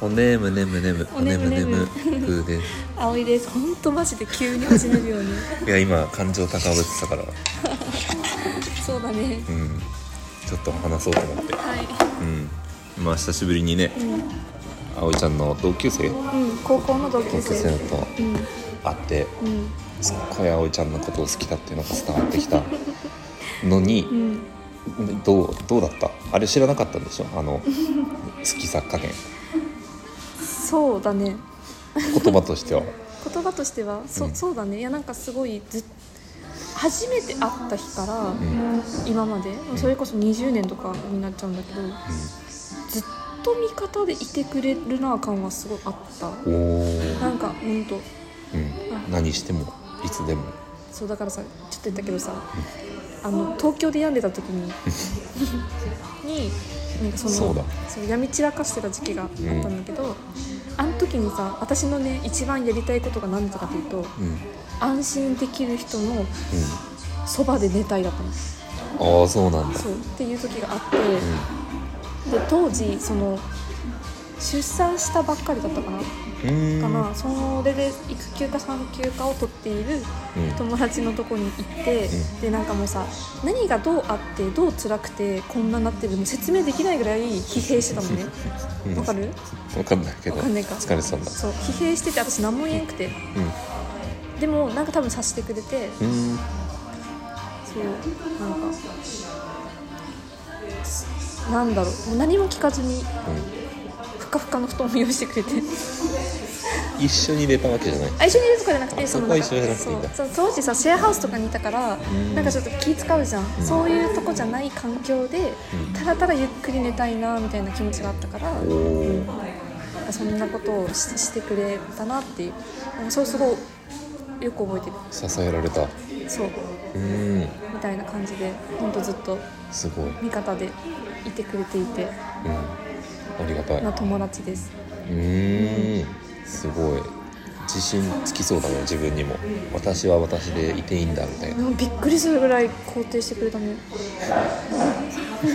おねむねむねむおねむねむおぷーです葵です本当マジで急に始めるよねいや今感情高ぶってたから そうだねうんちょっと話そうと思ってはいうんまあ久しぶりにね、葵ちゃんの同級生うん高校の同級同級生生とうん会ってうんすっごい葵ちゃんのことを好きだっていうのが伝わってきたのにう、んどうどうだったあれ知らなかったんでしょあ の好きさ加減そうだね言葉としては言葉としてはそ,、ううんそうだねいやなんかすごいずっ初めて会った日から、ん今までそれこそ20年とかになっちゃうんだけど、ずっと味方でいてくれるな感はすごいあった おお、なんかほんとうん、何してもいつでもそうだからさちょっと言ったけどさあの東京で病んでた時 にになんかそのそうだそう病み散らかしてた時期があったんだけど、あの時にさ私のね一番やりたいことが何だったかというとうんうん安心できる人のそばで寝たいだったのそああそうなんだうっていう時があって、で当時その出産したばっかりだったかな、うんかなそれで育休か産休かを取っているうん友達のとこに行って、うんでなんかもうさ何がどうあってどう辛くてこんなになってるの説明できないぐらい疲弊してたのねうんわかるわかんないけどわかんないか疲れてたんだそう疲弊してて私何も言えんくてでもなんか多分察してくれてうんうんそうなんかすなんだろうもう何も聞かずにふかふかの布団を用意してくれて一緒に入れたわけじゃないあ一緒にいるとかじゃなくてのそこはなんか一緒じゃなくていいんだそうそう当時さシェアハウスとかにいたからんなんかちょっと気使うじゃんそういうとこじゃない環境でうんただただゆっくり寝たいなみたいな気持ちがあったからおおそんなことをししてくれたなっていうなんかそれすごいよく覚えて支えられたるそううんみたいな感じでほんとずっとすごい、うん、味方でいてくれていてありがたいな友達ですうーんすごい自信つきそうだね自分にも私は私でいていいんだみたいななんかびっくりするぐらい肯定してくれたね今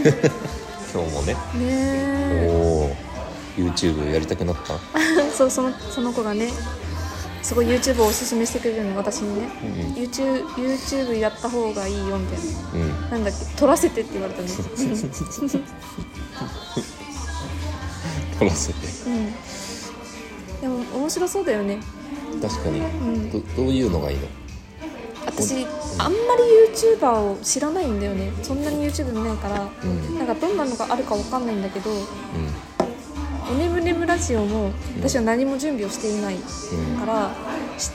日もねねおえお YouTube やりたくなった そうそのその子がねすごい YouTube をおすすめしてくれるの私にね、うん YouTube, YouTube やった方がいいよみたいうんななんだっけ撮らせてって言われたね撮らせてうんでも面白そうだよね確かに、んどどういうのがいいの私あんまり YouTuber を知らないんだよねそんなに YouTube 見ないから、うんなんかどんなのがあるかわかんないんだけど「うおねむねむラジオ」も私は何も準備をしていないから、し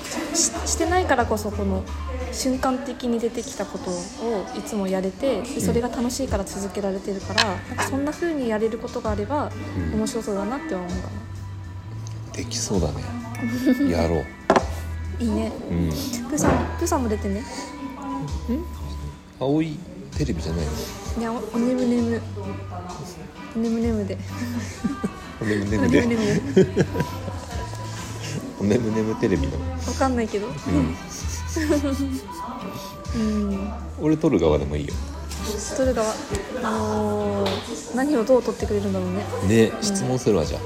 ししてないからこそこの瞬間的に出てきたことをいつもやれてでそれが楽しいから続けられてるから、なんかそんな風にやれることがあればうん面白そうだなっては思うかんできそうだねやろうな、いいねうんプーさんプーさんも出てね青いテレビじゃないのいやおおねむねむおねむねむでおねむねおむねむねでむ おねむねむテレビのわかんないけど。うんうん。俺撮る側でもいいよ取る側、あのー何をどう取ってくれるんだろうね。ね質問するわじゃ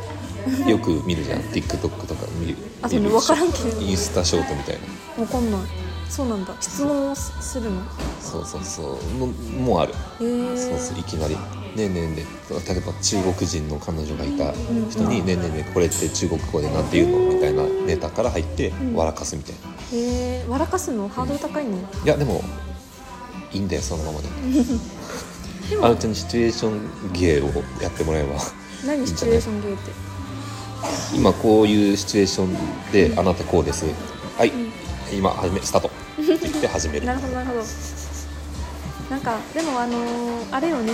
あよく見るじゃん TikTok とか見るあそれ見る分からんけどインスタショートみたいなわかんない。そうなんだ。質問をすするの。そうそうそうももうあるえー、そうそういきなり「ねえねえねえ」例えば中国人の彼女がいた人に「ねえねえねえこれって中国語でなんて言うの?」みたいなネタから入ってん笑かすみたいなえー、笑かすのハードル高いね。いやでもいいんだよそのままでであうも、ちゃんにシチュエーション芸をやってもらえば何シチュエーションゲーって。今こういうシチュエーションであなたこうですはい、今始めスタートって言って始める なるほど、なるほど。なんか、でも、あのーあれよね。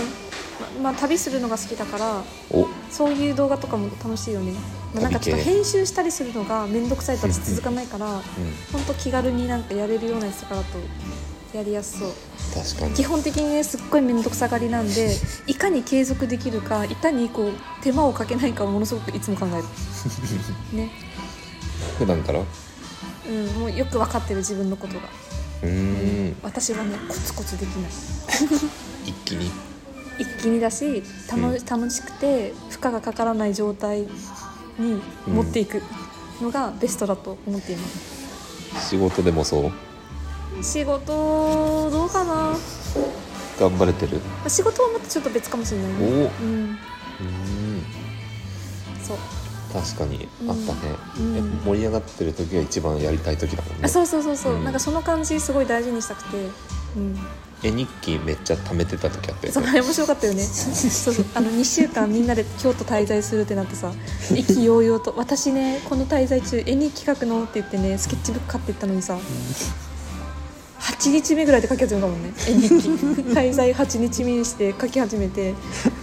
ま、まあ、旅するのが好きだから、おそういう動画とかも楽しいよね。まあなんか、ちょっと旅系編集したりするのが面倒くさいと私続かないから。うんほんと気軽になんかやれるようなやつとかだとやりやすそう確かに基本的にねすっごい面倒くさがりなんでいかに継続できるかいかにこう手間をかけないかをものすごくいつも考え るね普段からううんもうよく分かってる自分のことがーん私はねコツコツできない一気に一気にだし楽,、う楽しくて負荷がかからない状態に持っていくのがベストだと思っています。仕事でもそう仕事どうかな頑張れてる仕事はまたちょっと別かもしれないねおおうんうんそう確かにうんあったね、うんやっぱ盛り上がってる時が一番やりたい時だもんあねそうそうそうそう、うんなんかその感じすごい大事にしたくてうん絵日記めっちゃ貯めてた時あったよ そねれ面白かったよねそうそうあの2週間みんなで京都滞在するってなってさ意気揚々と私ねこの滞在中絵に企画のって言ってねスケッチブック買っていったのにさ8日目ぐらいで書き始めたもんね絵日 記滞在8日目にして書き始めて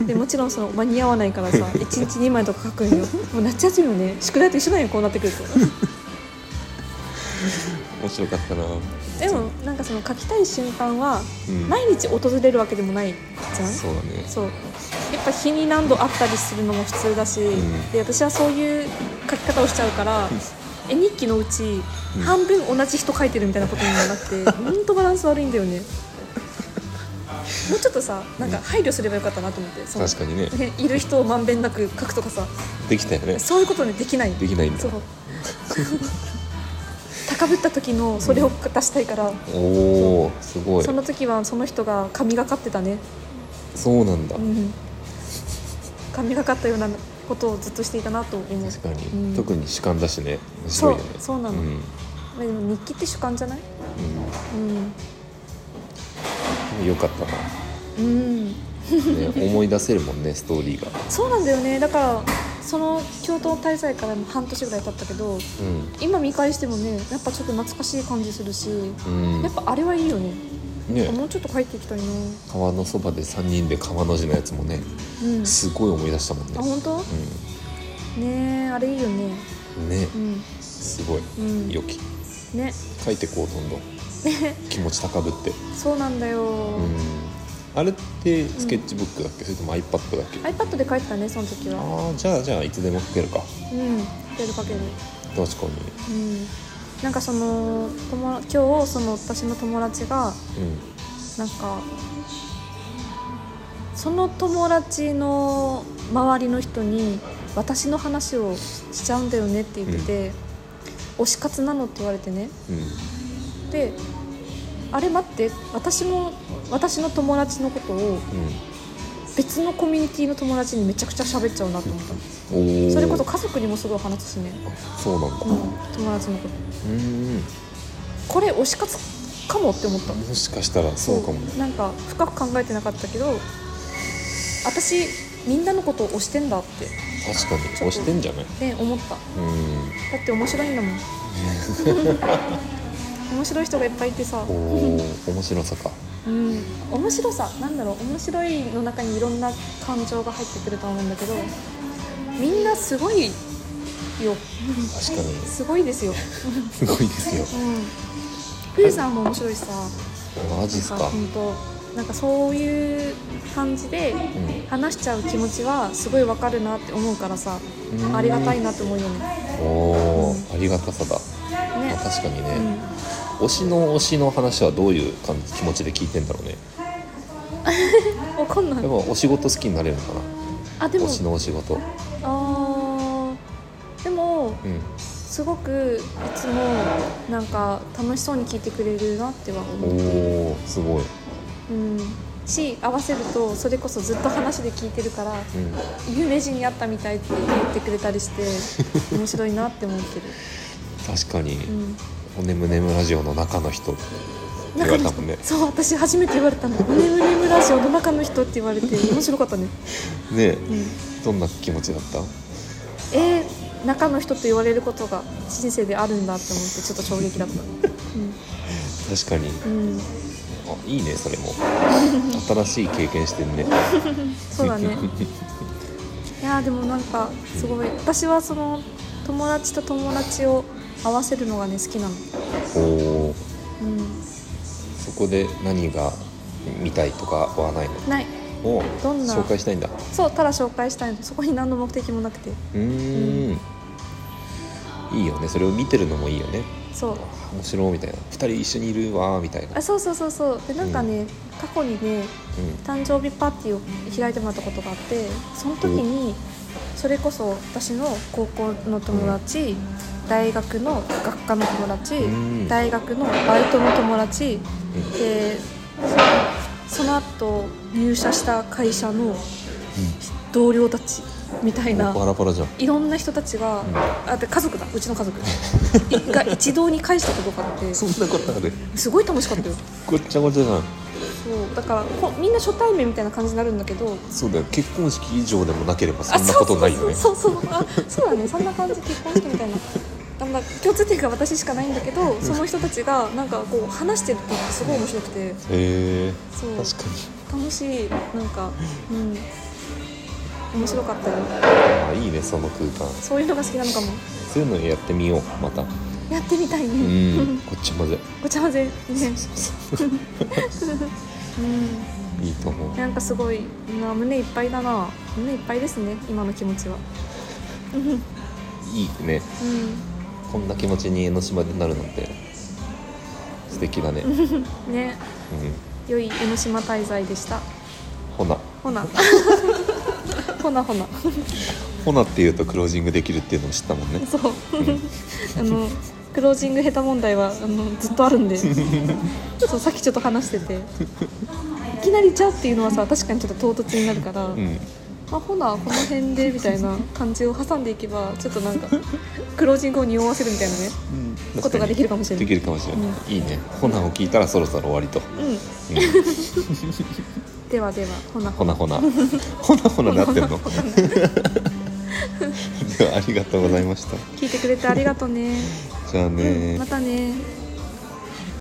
でもちろんその間に合わないからさ1日2枚とか書くんよもう夏休みもね宿題と一緒なんよこうなってくると面白かったなうでもなんかその書きたい瞬間はん毎日訪れるわけでもないじゃんそうだねそうやっぱ日に何度会ったりするのも普通だし、んで私はそういう書き方をしちゃうから絵日記のうちうん半分同じ人書いてるみたいなことにもなって本当バランス悪いんだよねもうちょっとさなんか配慮すればよかったなと思ってその確かにねね いる人をまんべんなく書くとかさできたよねそういうことねできないできないんだそう高ぶった時のそれを出したいから、おおすごいその時はその人が神がかってたねそうなんだ、うん、神がかったようなことをずっとしていたなと思う確かに、うん特に主観だしね面白いよねそうそうなのんまあでも日記って主観じゃないうん、うんよかったなうん、 ね、思い出せるもんねストーリーが、そうなんだよねだからその京都滞在からも半年ぐらい経ったけど今見返してもねやっぱちょっと懐かしい感じするし、うんやっぱあれはいいよねねもうちょっと帰っていきたいなう川のそばで3人で川の字のやつもねんすごい思い出したもんねあ、本当ねえあれいいよねうん、ねうんすごい、うん良きね 書いてこうどんどん気持ち高ぶって、そうなんだよ、うん、あれってスケッチブックだっけ、それとも iPad だっけ、 iPad で書いてたねその時はああじゃあじゃあいつでも書けるかうん出るかける確かうん、なんかその友達今日その私の友達がにうんなんかその友達の周りの人に私の話をしちゃうんだよねって言ってて、推し活なのって言われてねうんであれ待って私も私の友達のことを別のコミュニティの友達にめちゃくちゃ喋っちゃうなと思ったうんおおそれこそ家族にもすごい話すしね、そうなんだうん、友達のことうんこれ推し活かもって思ったもしかしたらそうかもねなんか深く考えてなかったけど私みんなのことを推してんだって、確かに押してんじゃないね、思ったうんだって面白いん だもん面白い人がいっぱいいてさ、おおー面白さかうん、面白さなんだろう面白いの中にいろんな感情が入ってくると思うんだけどみんなすごいよ確かにすごいですよ、すごいですようん、富士山も面白いしさマジっすなんかか本当なんかそういう感じでう話しちゃう気持ちはすごいわかるなって思うからさうんありがたいなって思うよねねんおおありがたさだまあ確かにうんね推しの推しの話はどういう感じ気持ちで聞いてんだろうねわかんなでいもお仕事好きになれるのかなあでも推しのお仕事あーでもうんすごくいつもなんか楽しそうに聞いてくれるなっては思うおおすごいうんし合わせるとそれこそずっと話で聞いてるからうん有名人に会ったみたいって言ってくれたり して面白いなって思ってる、確かにうん「おねむねむラジオ」の中の人言われたもんねそう私初めて言われたの「眠れむラジオの中の人」って言われて面白かったね、ねうん、どんな気持ちだったえー、中の人と言われることが人生であるんだって思ってちょっと衝撃だった確かにうん、うん、あいいねそれも新しい経験して んねそうだ ねいやーでもなんかすごい私はその友達と友達を合わせるのがね好きなのおおうんそこで何が見たいとかはないのないおうどんな紹介したいんだそうただ紹介したいのそこに何の目的もなくてうーんいいよねそれを見てるのもいいよねそう面白いみたいな2人一緒にいるわーみたいなあそうそうそうそうでなんかね、過去にねう誕生日パーティーを開いてもらったことがあってその時にそれこそ私の高校の友達、大学の学科の友達、うん大学のバイトの友達、でそその後入社した会社の同僚たちみたいな。バラバラじゃんいろんな人たちが、あで家族だうちの家族一が一堂に会したことがあってそんなことあるすごい楽しかったよごっちゃごちゃじゃんそうだからこみんな初対面みたいな感じになるんだけどそうだよ結婚式以上でもなければあそんなことないよねそうそうそうそうあそうだねそんな感じ結婚式みたいなあんな共通点が私しかないんだけどその人たちがなんかこう話してるのがすごい面白くてへえそう確か楽しいなんかうん面白かったよにあいいねその空間そういうのが好きなのかもそういうのやってみようまたやってみたいうね、んごっちゃ混ぜ ごちゃ混ぜねうんいいと思うなんかすごいな胸いっぱいだな胸いっぱいですね今の気持ちはうんうんいいねこんな気持ちに江ノ島でなるなんて素敵だね、うん、ね良い江ノ島滞在でしたほな ほなほなほなほなっていうとクロージングできるっていうのを知ったもんねそうあのクロージング下手問題はあのずっとあ るんでそうさっきちょっと話してていきなり「じゃあ」っていうのはさ確かにちょっと唐突になるから、うんまあ、ほなこの辺でみたいな感じを挟んでいけばちょっとな んかクロージングを匂わせるみたいなねうんことができるかもしれないできるかもしれない、いいねほなを聞いたらそろそろ終わりと、うんうんではではほなほなほな ほなほななってんの ではありがとうございました聞いてくれてありがとうね。じゃあねうんまたね。